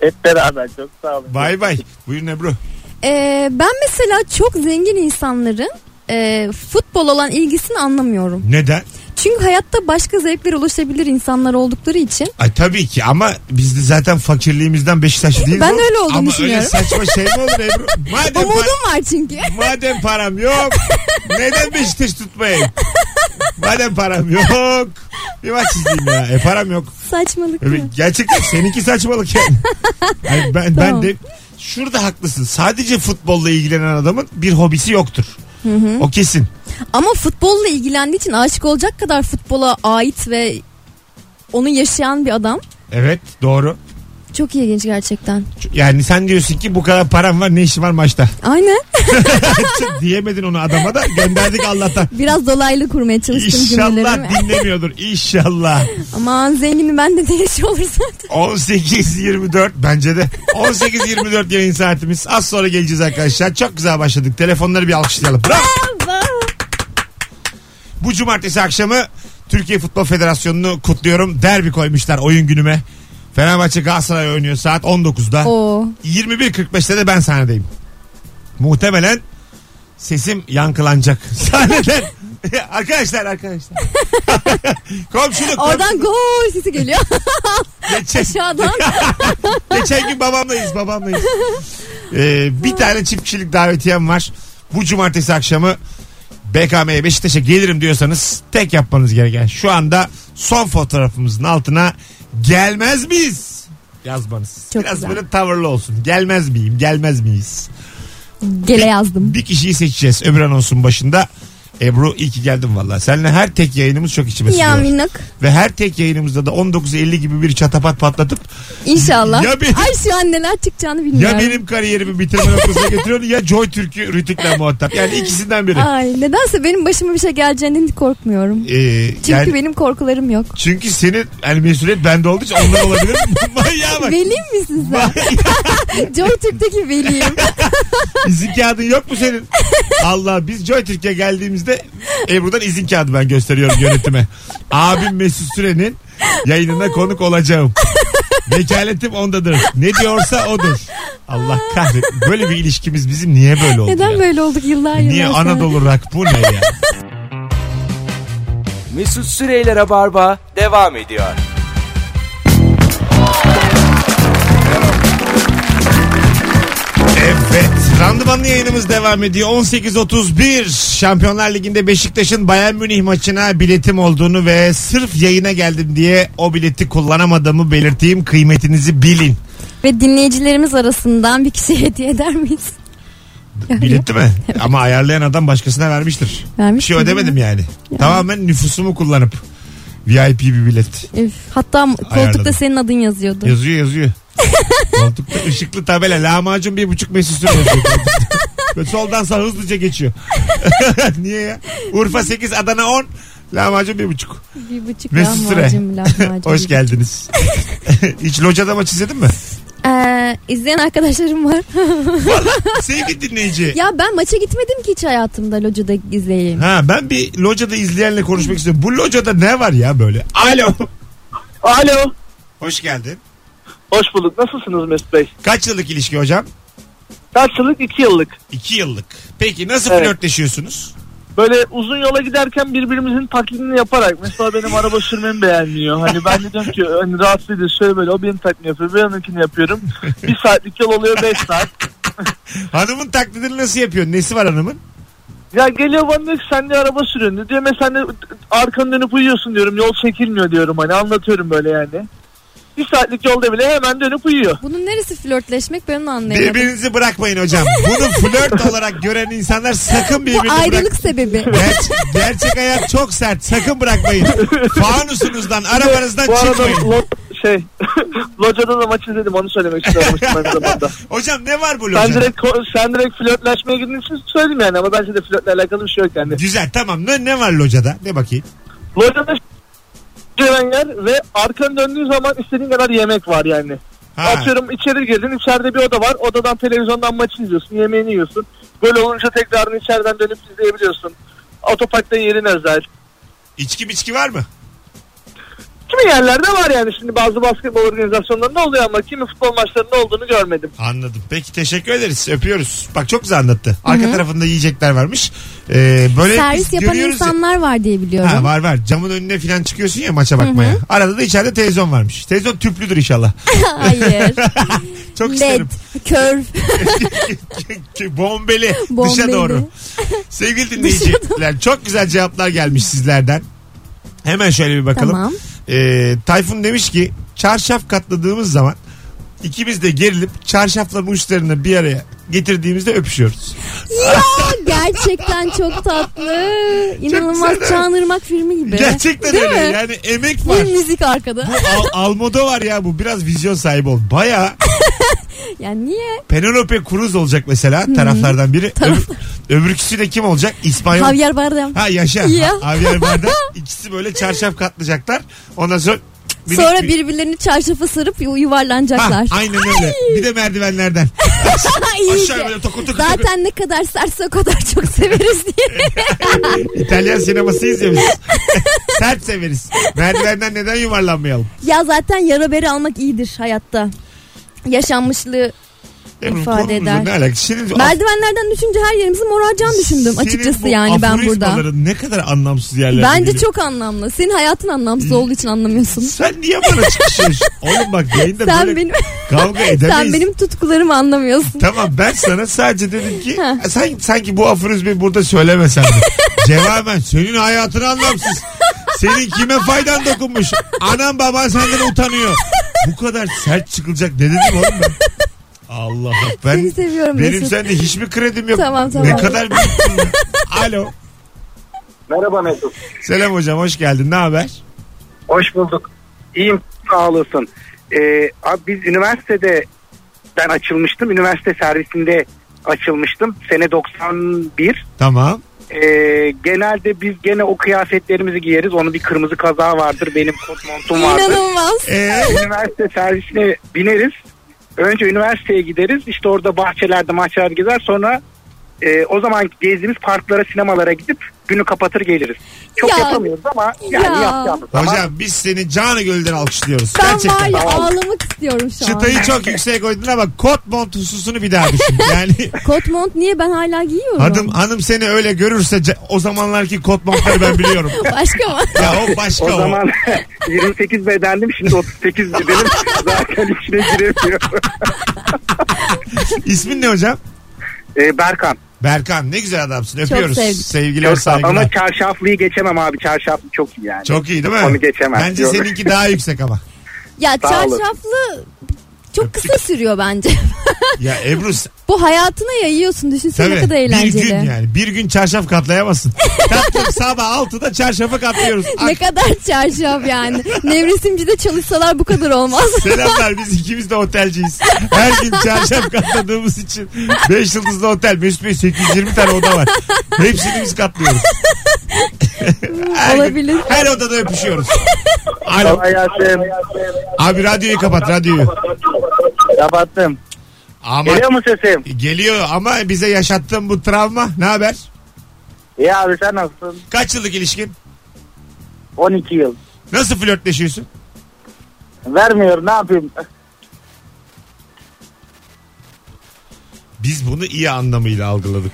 E: Hep beraber çok sağ olun.
B: Bay bay. Buyurun Ebru.
C: Ee, ben mesela çok zengin insanların e, futbol olan ilgisini anlamıyorum.
B: Neden?
C: Çünkü hayatta başka zevkler ulaşabilir insanlar oldukları için.
B: Ay tabii ki ama biz de zaten fakirliğimizden Beşiktaşlı değiliz.
C: Ben
B: oğlum.
C: öyle olduğunu
B: ama
C: düşünüyorum.
B: öyle saçma şey mi olur Ebru? Madem,
C: Umudum var çünkü.
B: pa- madem param yok neden Beşiktaş tutmayayım? Madem param yok. Bir maç izleyeyim ya. E param yok.
C: Saçmalık
B: Evet,
C: mı?
B: Gerçekten seninki saçmalık yani. Ay, ben, ben
C: Tamam.
B: de şurada haklısın. Sadece futbolla ilgilenen adamın bir hobisi yoktur. O kesin.
C: Ama futbolla ilgilendiği için aşık olacak kadar futbola ait ve onu yaşayan bir adam.
B: Evet doğru.
C: Çok ilginç gerçekten.
B: Yani sen diyorsun ki bu kadar param var ne işim var maçta.
C: Aynen.
B: Diyemedin onu adama da gönderdik Allah'tan.
C: Biraz dolaylı kurmaya çalıştım cümlelerimi.
B: İnşallah dinlemiyordur. İnşallah.
C: Aman zenginim ben de değişiyor olur zaten.
B: 18.24 bence de. 18.24 yayın saatimiz. Az sonra geleceğiz arkadaşlar. Çok güzel başladık. Telefonları bir alkışlayalım. Bravo. Bu cumartesi akşamı Türkiye Futbol Federasyonu'nu kutluyorum. Derbi koymuşlar oyun günüme. Fenerbahçe Galatasaray oynuyor saat 19'da.
C: Oo.
B: 21.45'te de ben sahnedeyim. Muhtemelen sesim yankılanacak. Sahneden. arkadaşlar arkadaşlar. komşuluk.
C: Oradan gol sesi geliyor
B: Geçen,
C: aşağıdan.
B: geçen gün babamlayız babamlayız. Ee, bir tane çift kişilik davetiyem var. Bu cumartesi akşamı BKM'ye Beşiktaş'a gelirim diyorsanız tek yapmanız gereken şu anda son fotoğrafımızın altına gelmez miyiz yazmanız.
C: Çok
B: Biraz
C: güzel.
B: böyle tavırlı olsun. Gelmez miyim gelmez miyiz?
C: Gele yazdım.
B: Bir kişiyi seçeceğiz öbür anonsun başında. Ebru iyi ki geldin valla. Seninle her tek yayınımız çok içime
C: Ya
B: sığıyor.
C: minnak.
B: Ve her tek yayınımızda da 19.50 gibi bir çatapat patlatıp
C: İnşallah.
B: Ya benim-
C: Ay şu an neler çıkacağını
B: ya
C: bilmiyorum.
B: benim kariyerimi bitirme noktasına getiriyorsun ya Joy Türk'ü Rütük'le muhatap. Yani ikisinden biri.
C: Ay nedense benim başıma bir şey geleceğinden korkmuyorum.
B: Ee,
C: Çünkü
B: yani-
C: benim korkularım yok.
B: çünkü senin yani mesuliyet bende olduğu için onlar olabilir. Manyağa bak.
C: Velim misin sen? Joy Türk'teki veliyim.
B: İzin kağıdın yok mu senin? Allah biz Joy Türkiye geldiğimizde Ebru'dan izin kağıdı ben gösteriyorum yönetime. Abim Mesut Süren'in yayınına konuk olacağım. Vekaletim ondadır. Ne diyorsa odur. Allah kahretsin. Böyle bir ilişkimiz bizim niye böyle oldu
C: Neden
B: ya?
C: böyle olduk yıllar yıllar
B: Niye
C: sonra?
B: Anadolu rak bu ne ya?
A: Mesut Süreyler'e barba devam ediyor.
B: Evet. Randımanlı yayınımız devam ediyor. 18.31 Şampiyonlar Ligi'nde Beşiktaş'ın Bayern Münih maçına biletim olduğunu ve sırf yayına geldim diye o bileti kullanamadığımı belirteyim. Kıymetinizi bilin.
C: Ve dinleyicilerimiz arasından bir kişiye hediye eder miyiz?
B: Bileti mi? Ama ayarlayan adam başkasına vermiştir. Bir
C: Vermiş
B: şey
C: miydim
B: ödemedim
C: ben?
B: yani. Tamamen nüfusumu kullanıp VIP bir bilet.
C: Üf, hatta koltukta
B: Ayarladım.
C: senin adın yazıyordu.
B: Yazıyor yazıyor. Koltukta ışıklı tabela. Lahmacun bir buçuk mesut süre yazıyor koltukta. Ve soldan sağ hızlıca geçiyor. Niye ya? Urfa 8, Adana 10. Lahmacun bir buçuk.
C: bir buçuk
B: Mesut Süre.
C: lahmacun, lahmacun.
B: Hoş geldiniz. Hiç locada maç izledin mi?
C: Ee, izleyen arkadaşlarım var.
B: Sevgili dinleyici.
C: ya ben maça gitmedim ki hiç hayatımda locada izleyeyim.
B: Ha ben bir locada izleyenle konuşmak istiyorum. Bu locada ne var ya böyle? Alo.
E: Alo.
B: Hoş geldin.
E: Hoş bulduk. Nasılsınız Mesut Bey?
B: Kaç yıllık ilişki hocam?
E: Karşılık 2 yıllık.
B: İki yıllık. Peki nasıl
E: Evet.
B: flörtleşiyorsunuz?
E: Böyle uzun yola giderken birbirimizin taklidini yaparak mesela benim araba sürmemi beğenmiyor. Hani ben de diyorum ki hani rahatsız ediyor şöyle böyle o benim taklidini yapıyor ben onunkini yapıyorum. Bir saatlik yol oluyor 5 saat.
B: Hanımın taklidini nasıl yapıyor? Nesi var hanımın?
E: Ya geliyor bana diyor ki sen de araba sürüyorsun diyor. Diyor "Mesela sen de arkanı dönüp uyuyorsun diyorum yol çekilmiyor diyorum hani anlatıyorum böyle yani. Bir saatlik yolda bile hemen dönüp uyuyor.
C: Bunun neresi flörtleşmek ben onu anlayamadım.
B: Birbirinizi bırakmayın hocam. Bunu flört olarak gören insanlar sakın
C: Bu
B: birbirini bırak.
C: ayrılık sebebi.
B: Ger- gerçek hayat çok sert. Sakın bırakmayın. Fanusunuzdan, arabanızdan
E: Bu arada
B: çıkmayın.
E: lo- şey locada da maç izledim onu söylemek istiyorum aynı zamanda.
B: Hocam ne var bu locada?
E: Sen direkt, ko- sen direkt flörtleşmeye gidiyorsun söyleyeyim yani ama bence de flörtle alakalı bir şey yok yani.
B: Güzel tamam. Ne, ne var locada? Ne bakayım?
E: Lojada gelen yer ve arkanı döndüğün zaman istediğin kadar yemek var yani.
B: Ha,
E: Atıyorum içeri girdin içeride bir oda var odadan televizyondan maçı izliyorsun yemeğini yiyorsun. Böyle olunca tekrarını içeriden dönüp izleyebiliyorsun. Otoparkta yerin özel.
B: içki içki var mı?
E: Kimi yerlerde var yani şimdi bazı basketbol organizasyonlarında oluyor ama kimi futbol maçlarında olduğunu görmedim.
B: Anladım. Peki teşekkür ederiz. Öpüyoruz. Bak çok güzel anlattı. Arka tarafında yiyecekler varmış. Ee, böyle
C: Servis
B: biz
C: yapan
B: görüyoruz ya-
C: insanlar var diye biliyorum.
B: Ha, var var. Camın önüne falan çıkıyorsun ya maça bakmaya. Arada da içeride televizyon varmış. Televizyon tüplüdür inşallah.
C: Hayır.
B: Çok
C: Led,
B: isterim.
C: kör.
B: Bombeli. Dışa
C: Bombeli.
B: doğru. Sevgili dinleyiciler çok güzel cevaplar gelmiş sizlerden. Hemen şöyle bir bakalım.
C: Tamam.
B: Ee, Tayfun demiş ki çarşaf katladığımız zaman ikimiz de gerilip çarşafların uçlarını bir araya getirdiğimizde öpüşüyoruz.
C: Ya gerçekten çok tatlı. İnanılmaz
B: güzel,
C: Çağınırmak filmi gibi.
B: Gerçekten
C: Değil
B: öyle.
C: mi?
B: Yani emek var.
C: Bir müzik arkada.
B: Al- Almodo var ya bu biraz vizyon sahibi ol. Baya
C: Yani niye?
B: Penelope Cruz olacak mesela taraflardan biri. Öbür, öbürküsü de kim olacak? İspanyol.
C: Javier Bardem.
B: Ha yaşa.
C: Ya.
B: Ha- Javier Bardem. İkisi böyle çarşaf katlayacaklar. Ondan sonra Bir-
C: Sonra birbirlerini çarşafa sarıp yu-
B: Ha,
C: yuvarlanacaklar.
B: aynen öyle. Bir de merdivenlerden.
C: İyice.
B: Aşağı böyle tokur tokur tokur.
C: Zaten ne kadar serse o kadar çok severiz diye.
B: İtalyan sinemasıyız ya biz. Sert severiz. Merdivenden neden yuvarlanmayalım?
C: ya zaten yara beri almak iyidir hayatta. Yaşanmışlığı.
B: Ebru,
C: İfade
B: E, konumuzun
C: eder.
B: Ne alakası? Şimdi
C: Merdivenlerden düşünce her yerimizi morarcan düşündüm
B: Senin bu
C: açıkçası yani ben burada.
B: aforizmaların ne kadar anlamsız yerlerde.
C: Bence
B: geliyor.
C: çok anlamlı. Senin hayatın anlamsız olduğu için anlamıyorsun.
B: Sen niye bana çıkışıyorsun? Oğlum bak yayında
C: Sen
B: böyle
C: benim
B: kavga edemeyiz.
C: sen benim tutkularımı anlamıyorsun.
B: Tamam ben sana sadece dedim ki sanki, sanki bu aforizmi burada söylemesen de. Cevaben senin hayatın anlamsız. Senin kime faydan dokunmuş? Anam baban senden utanıyor. Bu kadar sert çıkılacak ne dedim oğlum ben? Allah ben
C: Seni seviyorum
B: benim
C: Mesut.
B: sende hiçbir kredim yok.
C: Tamam, tamam.
B: Ne kadar büyüksün ya. şey Alo.
H: Merhaba Mesut.
B: Selam hocam hoş geldin. Ne haber?
H: Hoş bulduk. İyiyim sağ olasın. Ee, abi biz üniversitede ben açılmıştım. Üniversite servisinde açılmıştım. Sene 91.
B: Tamam.
H: Ee, genelde biz gene o kıyafetlerimizi giyeriz. Onun bir kırmızı kazağı vardır. Benim kot montum vardır.
C: İnanılmaz.
H: E,
B: Ee,
H: üniversite servisine bineriz. Önce üniversiteye gideriz. İşte orada bahçelerde mahçelerde gezer. Sonra e, o zaman gezdiğimiz parklara, sinemalara gidip günü kapatır geliriz. Çok
C: Ya.
H: yapamıyoruz Hani ama yani
C: Ya.
H: yapacağımız zaman.
B: hocam biz seni canı gölden alkışlıyoruz.
C: Ben var
B: Gerçekten.
C: ya ağlamak istiyorum şu an.
B: Çıtayı çok yüksek koydun ama kot mont hususunu bir daha düşün. Yani
C: Kot mont niye ben hala giyiyorum?
B: hanım, hanım seni öyle görürse ca- o zamanlarki kot montları ben biliyorum.
C: Başka mı?
B: Ya o başka
H: O
B: o.
H: zaman 28 bedendim şimdi 38 bedenim zaten içine giremiyor.
B: İsmin ne hocam?
H: Ee, Berkan.
B: Berkan ne güzel adamsın. Öpüyoruz.
C: sevdik.
B: Sevgiler
H: Çok sağ ol.
B: saygılar.
H: Ama çarşaflıyı geçemem abi. Çarşaflı çok iyi yani.
B: Çok iyi değil mi?
H: Onu geçemem.
B: Bence
H: Yok.
B: seninki daha yüksek ama.
C: Ya
H: Sağ olun.
C: çarşaflı çok kısa sürüyor bence.
B: Ya Ebru
C: Bu hayatına yayıyorsun düşünsene
B: tabii
C: ne kadar
B: bir
C: eğlenceli.
B: gün yani bir gün çarşaf katlayamazsın. Tatlım sabah 6'da çarşafı katlıyoruz.
C: Ne kadar çarşaf yani. Nevresimcide çalışsalar bu kadar olmaz.
B: Selamlar biz ikimiz de otelciyiz. Her gün çarşaf katladığımız için 5 yıldızlı otel Mesut Bey 820 tane oda var. Hepsini biz katlıyoruz. her,
C: Olabilir.
B: her odada öpüşüyoruz. Alo.
E: Hayatım.
B: Abi radyoyu kapat radyoyu.
E: Kapattım.
B: Ama
E: Geliyor mu sesim?
B: geliyor ama bize yaşattığın bu travma ne haber?
E: İyi abi sen nasılsın?
B: Kaç yıllık ilişkin?
E: 12 yıl.
B: Nasıl flörtleşiyorsun?
E: Vermiyor ne yapayım?
B: Biz bunu iyi anlamıyla algıladık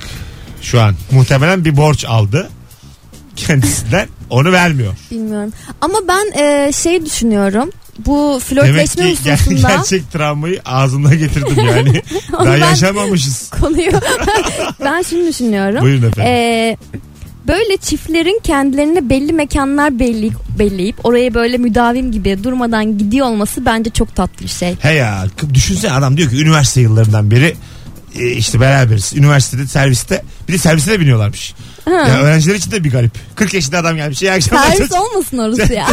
B: şu an. Muhtemelen bir borç aldı kendisinden onu vermiyor.
C: Bilmiyorum. Ama ben e, şey düşünüyorum. Bu
B: Demek
C: flörtleşme
B: ki ger-
C: hususunda
B: gerçek travmayı ağzına getirdim yani.
C: Ama
B: Daha
C: ben-
B: yaşamamışız.
C: konuyu ben şunu düşünüyorum.
B: Buyurun efendim.
C: E, böyle çiftlerin kendilerine belli mekanlar belli, belleyip oraya böyle müdavim gibi durmadan gidiyor olması bence çok tatlı bir şey.
B: He ya k- düşünsene adam diyor ki üniversite yıllarından beri e, işte beraberiz. Üniversitede serviste bir de servise de biniyorlarmış. Ya öğrenciler için de bir garip. 40 yaşında adam gelmiş. İyi akşamlar
C: Servis
B: çocuk-
C: olmasın orası ya.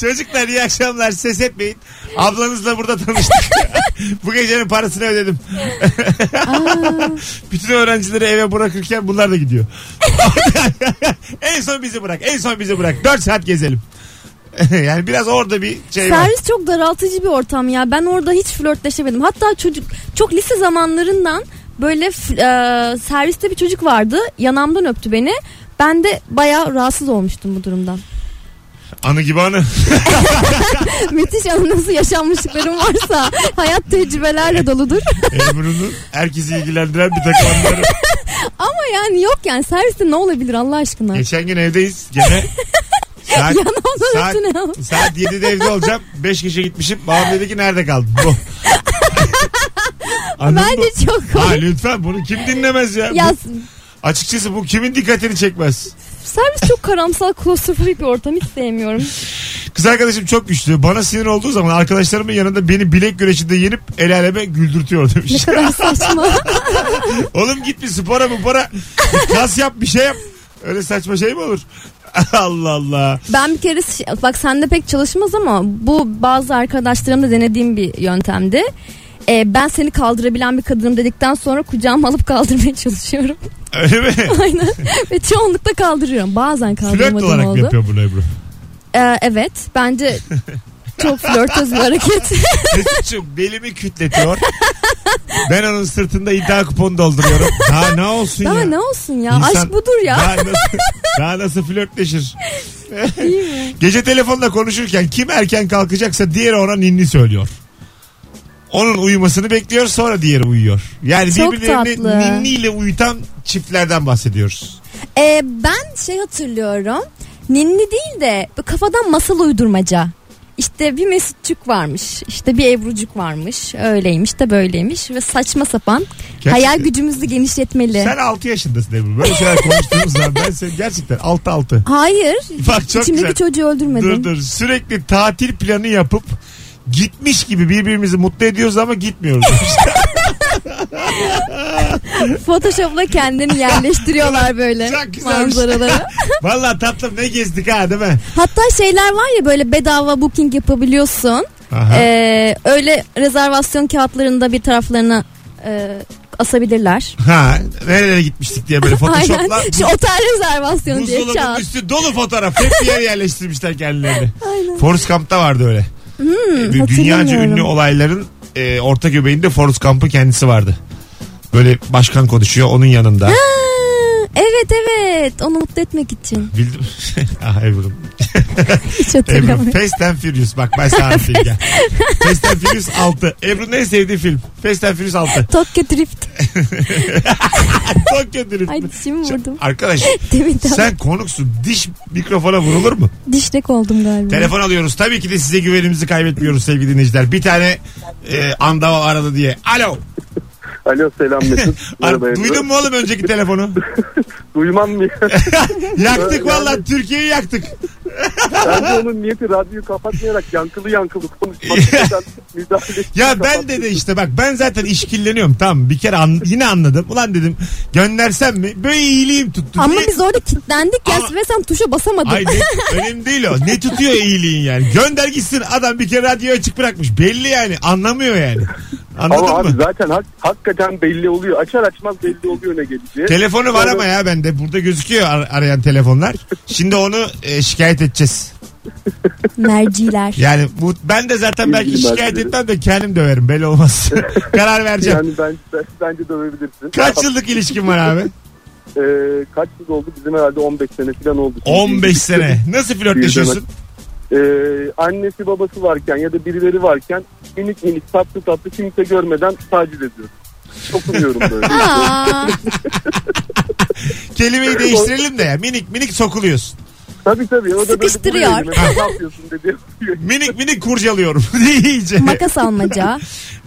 B: çocuklar iyi akşamlar ses etmeyin. Ablanızla burada tanıştık. Bu gecenin parasını ödedim. Bütün öğrencileri eve bırakırken bunlar da gidiyor. en son bizi bırak. En son bizi bırak. 4 saat gezelim. yani biraz orada bir şey var.
C: Servis çok daraltıcı bir ortam ya. Ben orada hiç flörtleşemedim. Hatta çocuk çok lise zamanlarından böyle f- e, serviste bir çocuk vardı. Yanamdan öptü beni. Ben de bayağı rahatsız olmuştum bu durumdan.
B: Anı gibi anı.
C: Müthiş anı yaşanmışlıklarım varsa hayat tecrübelerle doludur.
B: Ebru'nun herkesi ilgilendiren bir takım anıları.
C: Ama yani yok yani serviste ne olabilir Allah aşkına?
B: Geçen gün evdeyiz gene. Saat,
C: Yanamdan
B: saat,
C: öptü ne ya?
B: saat 7'de evde olacağım. 5 kişi gitmişim. Babam dedi ki nerede kaldın? Bu. Anladın mı?
C: Bence çok
B: Ha
C: komik.
B: lütfen bunu kim dinlemez ya?
C: Ya
B: Bu- açıkçası bu kimin dikkatini çekmez?
C: servis çok karamsar klostrofobik bir ortam hiç sevmiyorum.
B: Kız arkadaşım çok güçlü. Bana sinir olduğu zaman arkadaşlarımın yanında beni bilek güreşinde yenip el aleme güldürtüyor
C: Ne
B: demiş.
C: kadar saçma.
B: Oğlum git bir spora bu para. Kas yap bir şey yap. Öyle saçma şey mi olur? Allah Allah.
C: Ben bir kere şey- bak sende pek çalışmaz ama bu bazı arkadaşlarımla denediğim bir yöntemdi. Ee, ben seni kaldırabilen bir kadınım dedikten sonra kucağıma alıp kaldırmaya çalışıyorum.
B: Öyle mi?
C: Aynen. Ve çoğunlukla kaldırıyorum. Bazen
B: Flört
C: kaldıramadım
B: olarak mı
C: oldu.
B: yapıyor bunu Ebru?
C: Ee, evet. Bence çok flörtöz bir hareket.
B: Mesut'cum belimi kütletiyor. Ben onun sırtında iddia kuponu dolduruyorum. Daha ne olsun
C: Daha
B: ya?
C: ne olsun ya?
B: İnsan-
C: Aşk budur ya.
B: Daha nasıl, daha nasıl flörtleşir? Gece telefonla konuşurken kim erken kalkacaksa diğeri ona ninni söylüyor. Onun uyumasını bekliyor sonra diğeri uyuyor. Yani
C: Çok
B: birbirlerini
C: tatlı.
B: ninniyle uyutan çiftlerden bahsediyoruz.
C: Ee, ben şey hatırlıyorum. Ninni değil de bu kafadan masal uydurmaca. İşte bir Mesutçuk varmış. işte bir Ebrucuk varmış. Öyleymiş de böyleymiş. Ve saçma sapan.
B: Gerçekten.
C: Hayal gücümüzü genişletmeli.
B: Sen 6 yaşındasın Ebru. Böyle şeyler konuştuğumuz zaman ben seni gerçekten 6-6.
C: Hayır.
B: Bak çok
C: İçimdeki
B: güzel.
C: çocuğu
B: Dur
C: öldürmedim.
B: dur sürekli tatil planı yapıp gitmiş gibi birbirimizi mutlu ediyoruz ama gitmiyoruz.
C: Photoshop'la kendini yerleştiriyorlar böyle
B: Çok güzelmiş.
C: manzaralara.
B: Valla tatlım ne gezdik ha değil mi?
C: Hatta şeyler var ya böyle bedava booking yapabiliyorsun.
B: Aha.
C: Ee, öyle rezervasyon kağıtlarında bir taraflarına e, asabilirler.
B: Ha nerelere gitmiştik diye böyle Photoshop'la
C: Aynen. Şu otel rezervasyonu diye
B: buzdolabının
C: kağıt.
B: üstü dolu fotoğraf. Hep bir yer yerleştirmişler kendilerini. Forrest Gump'ta vardı öyle. Ee, bir dünyaca
C: Hmm, hatırlamıyorum.
B: ünlü olayların e, orta göbeğinde Forrest Gump'ın kendisi vardı. Böyle başkan konuşuyor onun yanında.
C: Ha, evet evet onu mutlu etmek için.
B: Bildim. ah Ebru'm.
C: Hiç
B: Ebru.
C: hatırlamıyorum.
B: Fast and Furious. Bak ben sana anlatayım gel. Fast and Furious 6. Ebru'nun en sevdiği film. Fast and Furious 6.
C: Tokyo Drift.
B: Tokyo Drift.
C: Ay dişimi vurdum.
B: Arkadaş
C: Demin de
B: sen konuksun. Diş mikrofona vurulur mu?
C: dişlek oldum galiba.
B: Telefon alıyoruz. Tabii ki de size güvenimizi kaybetmiyoruz sevgili dinleyiciler. Bir tane e, andava aradı diye. Alo.
I: Alo selam Mesut.
B: Ar-
I: Merhaba Ebru.
B: duydun mu oğlum önceki telefonu?
I: Duymam mı?
B: yaktık valla Türkiye'yi yaktık.
I: Bence onun niyeti radyoyu kapatmayarak yankılı yankılı konuşmak. Sen müdahale-
B: Ya ben de de işte bak ben zaten işkilleniyorum. Tamam bir kere an- yine anladım. Ulan dedim göndersem mi? Böyle iyiliğim tuttu.
C: Ama
B: Niye-
C: biz orada kilitlendik ya
B: Ama-
C: ve sen tuşa basamadın.
B: Ay ne- önemli değil o. Ne tutuyor iyiliğin yani? Gönder gitsin adam bir kere radyoyu açık bırakmış. Belli yani anlamıyor yani. Anladın
I: Ama
B: mı?
I: abi zaten hak, hakikaten belli oluyor. Açar açmaz belli oluyor ne geleceği.
B: Telefonu var
I: Sonra-
B: ama ya bende. Burada gözüküyor ar- arayan telefonlar. Şimdi onu e, şikayet edeceğiz.
C: Merciler.
B: Yani bu, ben de zaten belki
I: İlgili
B: şikayet
I: mercileri.
B: etmem de kendim döverim. Belli olmaz. Karar vereceğim.
I: Yani ben, ben- bence dövebilirsin.
B: Kaç yıllık ilişkin var abi?
I: Ee, kaç yıl oldu? Bizim herhalde 15 sene falan oldu.
B: 15 sene. Nasıl flörtleşiyorsun?
I: Ee, annesi babası varken ya da birileri varken minik minik tatlı tatlı kimse görmeden taciz ediyorum. Dokunuyorum böyle.
C: Aa,
B: Kelimeyi değiştirelim de ya. Minik minik sokuluyorsun.
I: tabii tabii. O da böyle
C: Sıkıştırıyor.
I: buraya gelip, Ne yapıyorsun dedi.
B: Minik minik kurcalıyorum. İyice.
C: makas almaca.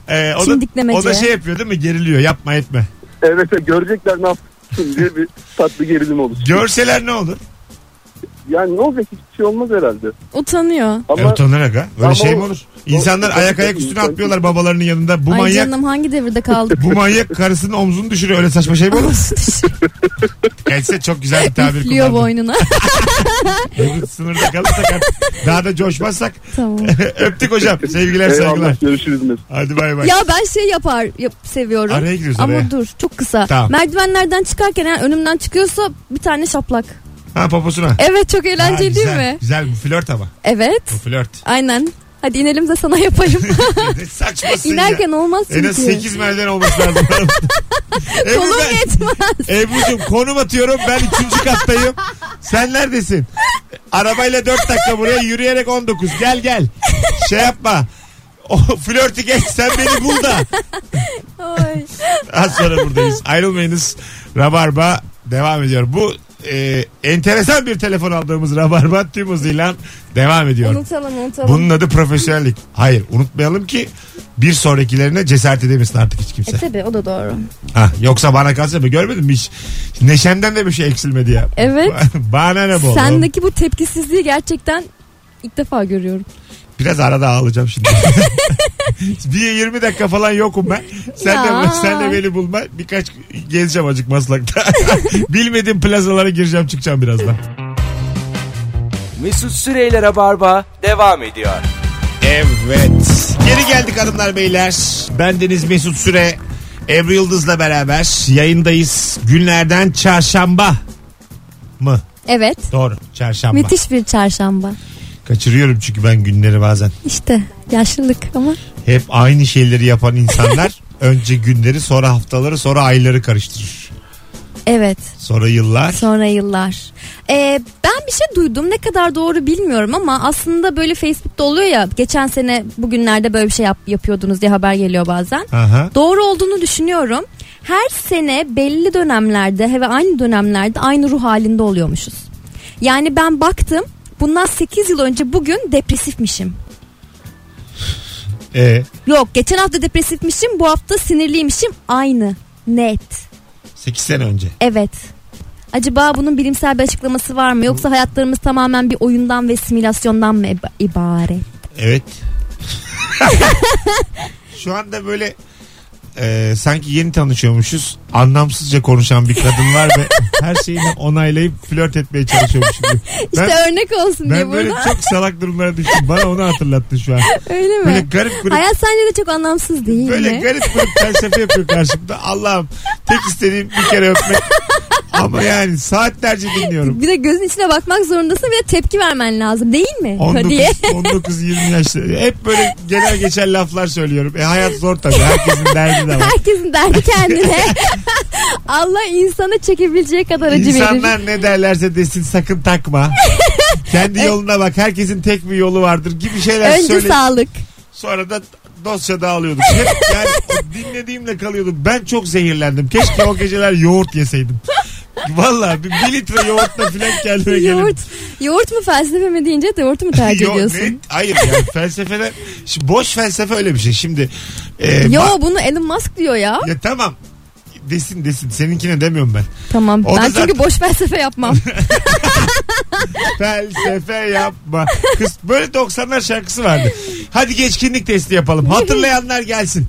B: Ee, o, da,
C: Çimdiklemece.
B: o da şey yapıyor değil mi? Geriliyor. Yapma etme.
I: Evet evet, görecekler ne yapıyorsun diye bir tatlı gerilim oluşuyor.
B: Görseler ne olur?
I: Yani ne olacak hiçbir şey olmaz herhalde.
C: Utanıyor.
I: Ama
B: E, utanarak ha. Böyle
I: Ama
B: şey mi
I: o-
B: olur? İnsanlar
I: o-
B: ayak ayak üstüne
I: insan-
B: atlıyorlar babalarının yanında. Bu
C: Ay
B: manyak
C: canım hangi devirde kaldık?
B: Bu manyak karısının omzunu düşürüyor. Öyle saçma şey mi olur? Gelse çok güzel bir tabir
C: Üflüyor
B: kullandın.
C: boynuna.
B: Öbür sınırda kalırsak artık daha da coşmazsak
C: tamam.
B: öptük hocam. Sevgiler saygılar.
I: eyvallah e, görüşürüz Mesut.
B: Hadi bay bay.
C: Ya ben şey yapar yap- seviyorum.
B: Araya giriyoruz
C: Ama
B: araya.
C: dur çok kısa.
B: Tamam.
C: Merdivenlerden çıkarken eğer önümden çıkıyorsa bir tane şaplak.
B: Ha poposuna.
C: Evet çok
B: Ha,
C: eğlenceli değil
B: güzel,
C: mi?
B: Güzel bu flört ama.
C: Evet.
B: Bu flört.
C: Aynen. Hadi inelim de sana yapayım.
B: Ne Saçmasın ya.
C: İnerken olmaz
B: En
C: çünkü.
B: az 8 merdiven olması lazım. Ebru
C: Kolum
B: ben-
C: yetmez.
B: Ebru'cum konum atıyorum ben 3. kattayım. Sen neredesin? Arabayla 4 dakika buraya yürüyerek 19. Gel gel. Şey yapma. O flörtü geç sen beni bul da.
C: Ay.
B: Az sonra buradayız. Ayrılmayınız. Rabarba devam ediyor. Bu e, enteresan bir telefon aldığımız Rabarba tüm hızıyla devam ediyor.
C: unutalım unutalım.
B: Bunun adı profesyonellik. Hayır unutmayalım ki bir sonrakilerine cesaret edemesin artık hiç kimse.
C: E tabi o da doğru.
B: Ha, yoksa bana kalsa mı görmedin mi hiç? Neşemden de bir şey eksilmedi ya.
C: Evet.
B: bana ne bu? oğlum?
C: Sendeki bu tepkisizliği gerçekten ilk defa görüyorum.
B: Biraz arada ağlayacağım şimdi. bir 20 dakika falan yokum ben. Sen de
C: Ya.
B: sen de beni bulma. Birkaç gezeceğim acık maslakta. Bilmediğim plazalara gireceğim çıkacağım birazdan.
A: Mesut Süreyler'e barba devam ediyor.
B: Evet. Geri geldik hanımlar beyler. Bendeniz Mesut Süre. Ebru Yıldız'la beraber yayındayız. Günlerden çarşamba mı?
C: Evet.
B: Doğru. Çarşamba.
C: Müthiş bir çarşamba.
B: Kaçırıyorum çünkü ben günleri bazen.
C: İşte yaşlılık ama
B: Hep aynı şeyleri yapan insanlar önce günleri sonra haftaları sonra ayları karıştırır.
C: evet
B: Sonra yıllar.
C: sonra yıllar. Ee, ben bir şey duydum ne kadar doğru bilmiyorum ama aslında böyle Facebook'ta oluyor ya geçen sene bugünlerde böyle bir şey yap- yapıyordunuz diye haber geliyor bazen.
B: Aha.
C: Doğru olduğunu düşünüyorum. Her sene belli dönemlerde ve aynı dönemlerde aynı ruh halinde oluyormuşuz. Yani ben baktım bundan 8 yıl önce bugün depresifmişim.
B: Ee,
C: Yok geçen hafta depresifmişim bu hafta sinirliymişim aynı net
B: 8 sene önce.
C: evet. Acaba bunun bilimsel bir açıklaması var mı yoksa hayatlarımız tamamen bir oyundan ve simülasyondan mı iba- ibaret?
B: Evet. Şu anda böyle e, sanki yeni tanışıyormuşuz. Anlamsızca konuşan bir kadın var ve her şeyini onaylayıp flört etmeye çalışıyormuş gibi.
C: İşte örnek olsun diye
B: Ben böyle
C: burada.
B: çok salak durumlara düştüm. Bana onu hatırlattı şu an.
C: Öyle mi?
B: Böyle garip grup
C: Hayat sence de çok anlamsız değil
B: Böyle
C: mi?
B: garip garip felsefe yapıyor karşımda. Allah'ım tek istediğim bir kere öpmek. Ama yani saatlerce dinliyorum.
C: Bir de gözün içine bakmak zorundasın bir de tepki vermen lazım değil mi?
B: 19,
C: Kadiye.
B: 19 20 yaşta. Hep böyle genel geçer laflar söylüyorum. E hayat zor tabii. Herkesin derdi de var.
C: Herkesin derdi kendine. Allah insana çekebileceği kadar acı verir.
B: İnsanlar ne derlerse desin sakın takma. Kendi yoluna bak. Herkesin tek bir yolu vardır gibi şeyler
C: Önce
B: söyle.
C: sağlık.
B: Sonra da dosya dağılıyorduk. Hep yani o dinlediğimle kalıyordum. Ben çok zehirlendim. Keşke o geceler yoğurt yeseydim. Vallahi bir, bir litre yoğurtla filan kendime gelip.
C: Yoğurt, yoğurt mu felsefe mi deyince de yoğurtu mu tercih
B: Yo-
C: ediyorsun?
B: ne- Hayır yani felsefeden Şi- boş felsefe öyle bir şey. Şimdi e,
C: Yo
B: bak-
C: bunu Elon Musk diyor ya.
B: ya tamam desin desin seninkine demiyorum ben.
C: Tamam.
B: O da
C: ben
B: zaten-
C: çünkü boş felsefe yapmam.
B: Felsefe yapma. Kız böyle 90'lar şarkısı vardı. Hadi geçkinlik testi yapalım. Hatırlayanlar gelsin.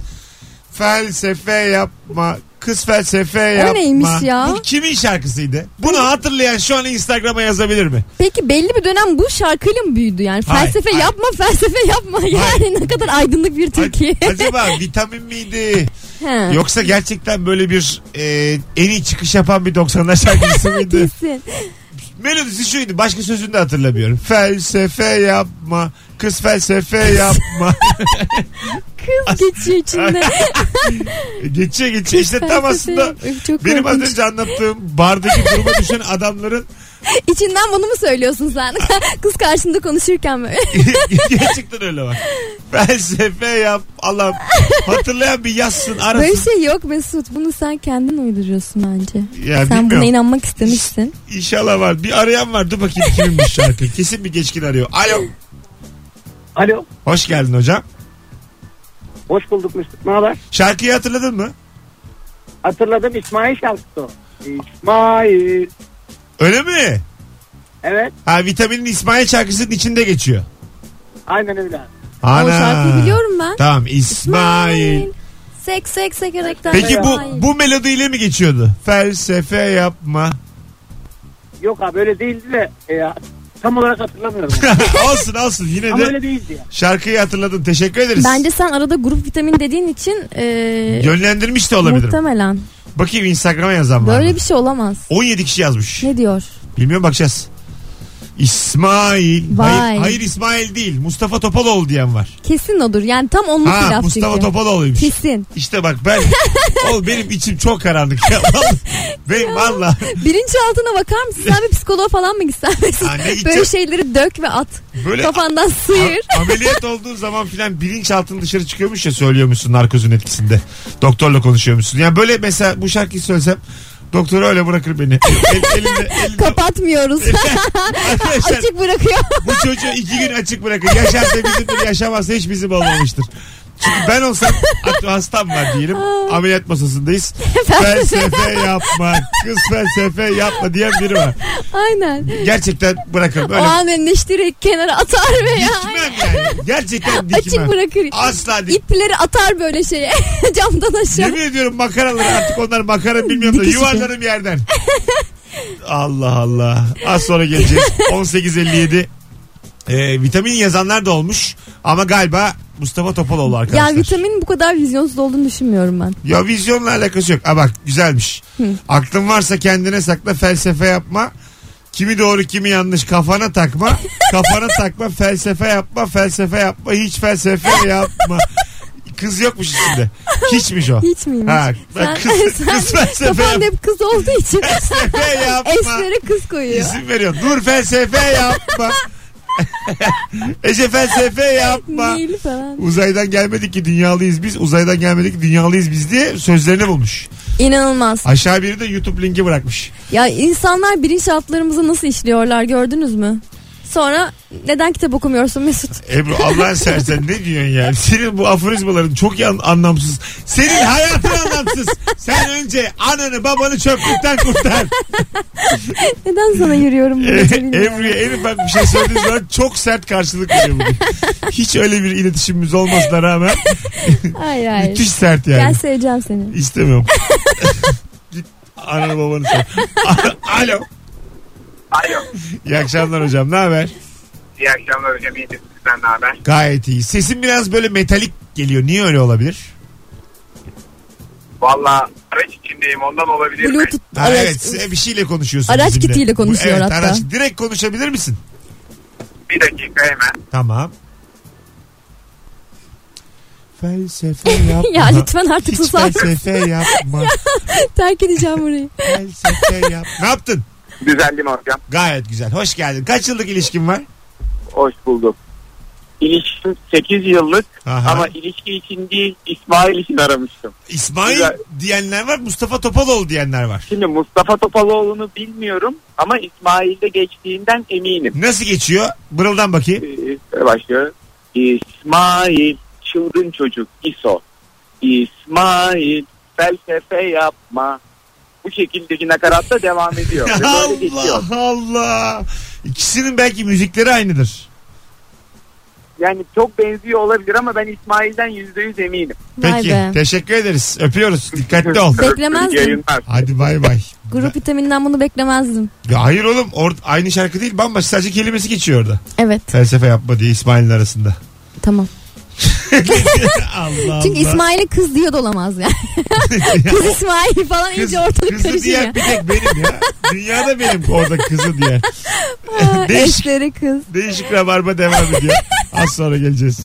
B: Felsefe yapma. Kız felsefe yapma.
C: neymiş ya?
B: Bu kimin şarkısıydı? Bunu hatırlayan şu an Instagram'a yazabilir mi?
C: Peki belli bir dönem bu şarkıyla mı büyüdü yani?
B: Hayır,
C: Felsefe
B: hayır.
C: yapma, felsefe yapma. Yani ne kadar aydınlık bir Türkiye.
B: A- acaba vitamin miydi?
C: Ha,
B: Yoksa gerçekten böyle bir e, en iyi çıkış yapan bir 90'lar şarkısı mıydı?
C: Kesin.
B: Melodisi şuydu. Başka sözünü de hatırlamıyorum. Felsefe yapma. Kız felsefe yapma.
C: Kız geçiyor içinde.
B: geçe geçe işte tam
C: Felsefe
B: aslında
C: yapma. Çok
B: Benim az
C: korkunç.
B: önce anlattığım bardaki duruma düşen adamların
C: İçinden bunu mu söylüyorsun sen? Kız karşında konuşurken böyle.
B: gerçekten öyle var. Felsefe yap Allah'ım. Hatırlayan bir yazsın
C: Böyle bir
B: arasın.
C: şey yok Mesut. Bunu sen kendin uyduruyorsun bence.
B: Ya
C: sen buna
B: bilmiyorum.
C: inanmak istemişsin.
B: İnşallah var. Bir arayan var. Dur bakayım kimmiş şarkı. Kesin bir geçkin arıyor. Alo.
H: Alo.
B: Hoş geldin hocam.
H: Hoş bulduk Mesut. Ne haber?
B: Şarkıyı hatırladın mı?
H: Hatırladım İsmail şarkısı o. İsmail.
B: Öyle mi?
H: Evet.
B: Ha vitaminin İsmail şarkısının içinde geçiyor.
H: Aynen öyle.
C: O şarkıyı biliyorum ben.
B: Tamam İsmail.
C: Sek sek sekerekten.
B: Peki bu
C: İsmail.
B: bu melodiyle mi geçiyordu? Felsefe yapma.
H: Yok abi öyle değildi de e, tam olarak hatırlamıyorum.
B: olsun olsun yine
H: Ama
B: de
H: öyle değildi ya.
B: şarkıyı hatırladın. Teşekkür ederiz.
C: Bence sen arada grup vitamin dediğin için e,
B: Yönlendirmiş de olabilirim.
C: muhtemelen.
B: Bakayım Instagram'a yazan var.
C: Böyle
B: mı?
C: bir şey olamaz.
B: 17 kişi yazmış.
C: Ne diyor?
B: Bilmiyorum bakacağız. İsmail.
C: Vay.
B: Hayır, hayır İsmail değil. Mustafa Topaloğlu diyen var.
C: Kesin odur. Yani tam onluk bir
B: Ha
C: laf
B: Mustafa
C: çünkü.
B: Topaloğlu'ymuş.
C: Kesin.
B: İşte bak ben oğlum benim içim çok karanlık ya. Vallahi- benim valla
C: Bilinçaltına bakar mısın? Sen bir psikoloğa falan mı gitsen? Mesut?
B: Ha, ne gideceğim?
C: Böyle şeyleri dök ve at.
B: böyle
C: Kafandan sıyır.
B: a- ameliyat olduğun zaman filan bilinçaltın dışarı çıkıyormuş ya söylüyormuşsun narkozun etkisinde. Doktorla konuşuyormuşsun. Yani böyle mesela bu şarkıyı söylesem doktora öyle bırakır beni. El, elinde, elinde-
C: Kapatmıyoruz.
B: Arkadaşlar,
C: Açık bırakıyor.
B: Bu çocuğu iki gün açık bırakın. Yaşarsa bizimdir, yaşamazsa hiç bizim olmamıştır. Çünkü ben olsam at- hastam var diyelim. Ameliyat masasındayız. felsefe yapma. Kız felsefe yapma diyen biri var.
C: Aynen.
B: Gerçekten bırakırım.
C: O
B: Öyle
C: an enleştirir kenara atar veya
B: dikmem yani. Gerçekten dikmem.
C: açık bırakır.
B: Asla dik.
C: İpleri atar böyle şeye camdan aşağı.
B: Yemin ediyorum makaraları artık onlar makara bilmiyorum da
C: Dikiş ipi.
B: yuvarlarım yerden. Allah Allah. Az sonra geleceğiz. 18.57. Ee, vitamin yazanlar da olmuş ama galiba Mustafa Topaloğlu arkadaşlar.
C: Ya vitamin bu kadar vizyonsuz olduğunu düşünmüyorum ben.
B: Ya vizyonla alakası yok. Ha bak güzelmiş. Aklın varsa kendine sakla felsefe yapma. Kimi doğru kimi yanlış kafana takma. kafana takma felsefe yapma felsefe yapma hiç felsefe yapma. Kız yokmuş içinde. Hiçmiş o.
C: Hiç miymiş?
B: Ha, ben
C: sen,
B: kız,
C: sen
B: kız felsefe
C: kafanda
B: yap-
C: hep kız olduğu için
B: felsefe yapma.
C: esmere kız koyuyor.
B: İsim veriyor. Dur felsefe yapma. Ece felsefe yapma.
C: Neyli falan.
B: Uzaydan gelmedik ki dünyalıyız biz. Uzaydan gelmedik ki dünyalıyız biz diye sözlerini bulmuş.
C: İnanılmaz.
B: Aşağı biri de YouTube linki bırakmış.
C: Ya insanlar bilinçaltlarımızı nasıl işliyorlar gördünüz mü? Sonra neden kitap okumuyorsun Mesut?
B: Ebru Allah'ın sersen ne diyorsun ya? Senin bu aforizmaların çok yan, anlamsız. Senin hayatın anlamsız. Sen önce ananı babanı çöplükten kurtar.
C: Neden sana yürüyorum bu gece bilmiyorum.
B: Ebru'ya en ufak bir şey söylediği zaman çok sert karşılık veriyor bugün. Hiç öyle bir iletişimimiz olmasına rağmen
C: Hayır hayır.
B: müthiş sert yani.
C: Gel seveceğim seni.
B: İstemiyorum. Git ananı babanı sor. Alo.
J: Alo.
B: İyi akşamlar hocam. Ne haber?
J: İyi akşamlar hocam. İyidir. Sizden ne haber?
B: Gayet iyi. Sesin biraz böyle metalik geliyor. Niye öyle olabilir?
J: Valla araç içindeyim ondan olabilir. mi?
C: Bluetooth.
B: Ha,
C: araç-
B: evet. bir şeyle konuşuyorsun.
C: Araç
B: bizimle.
C: kitiyle konuşuyor
B: evet,
C: hatta.
B: Araç, direkt konuşabilir misin?
J: Bir dakika hemen.
B: Tamam. Felsefe yapma.
C: Ya lütfen artık
B: Hiç
C: susar.
B: felsefe yapma.
C: Terk edeceğim burayı.
B: felsefe yap. Ne yaptın?
E: Güzelliğim hocam.
B: Gayet güzel. Hoş geldin. Kaç yıllık ilişkin var?
E: Hoş buldum.
F: İlişkim 8 yıllık
B: Aha.
F: ama ilişki için değil İsmail için aramıştım.
B: İsmail
F: Güzel.
B: diyenler var. Mustafa Topaloğlu diyenler var.
F: Şimdi Mustafa Topaloğlu'nu bilmiyorum ama İsmail'de geçtiğinden eminim.
B: Nasıl geçiyor? Mırıldan bakayım.
F: Ee, başlıyor. İsmail çılgın çocuk İso. İsmail felsefe yapma. Bu şekildeki nakaratta devam ediyor. Ve böyle geçiyor.
B: Allah Allah. İkisinin belki müzikleri aynıdır.
F: Yani çok benziyor olabilir ama ben İsmail'den %100 eminim.
C: Vay
B: Peki.
C: be.
B: Teşekkür ederiz. Öpüyoruz. Dikkatli ol.
C: Beklemezdim.
B: Hadi bay bay.
C: Grup vitaminden bunu beklemezdim.
B: Ya hayır oğlum or- aynı şarkı değil bambaşka sadece kelimesi geçiyor orada.
C: Evet
B: Felsefe yapma diye İsmail'in arasında.
C: tamam.
B: Allah
C: Çünkü
B: Allah.
C: İsmail'e kız diye de olamaz yani. kız İsmail falan
B: Kız-
C: iyice ortalık
B: kızı
C: karışıyor.
B: diyen bir tek benim ya. Dünyada benim orada kızı diyen.
C: Aa,
B: Değişik-
C: Eşleri kız.
B: Değişik rabarba devam ediyor. Az sonra geleceğiz.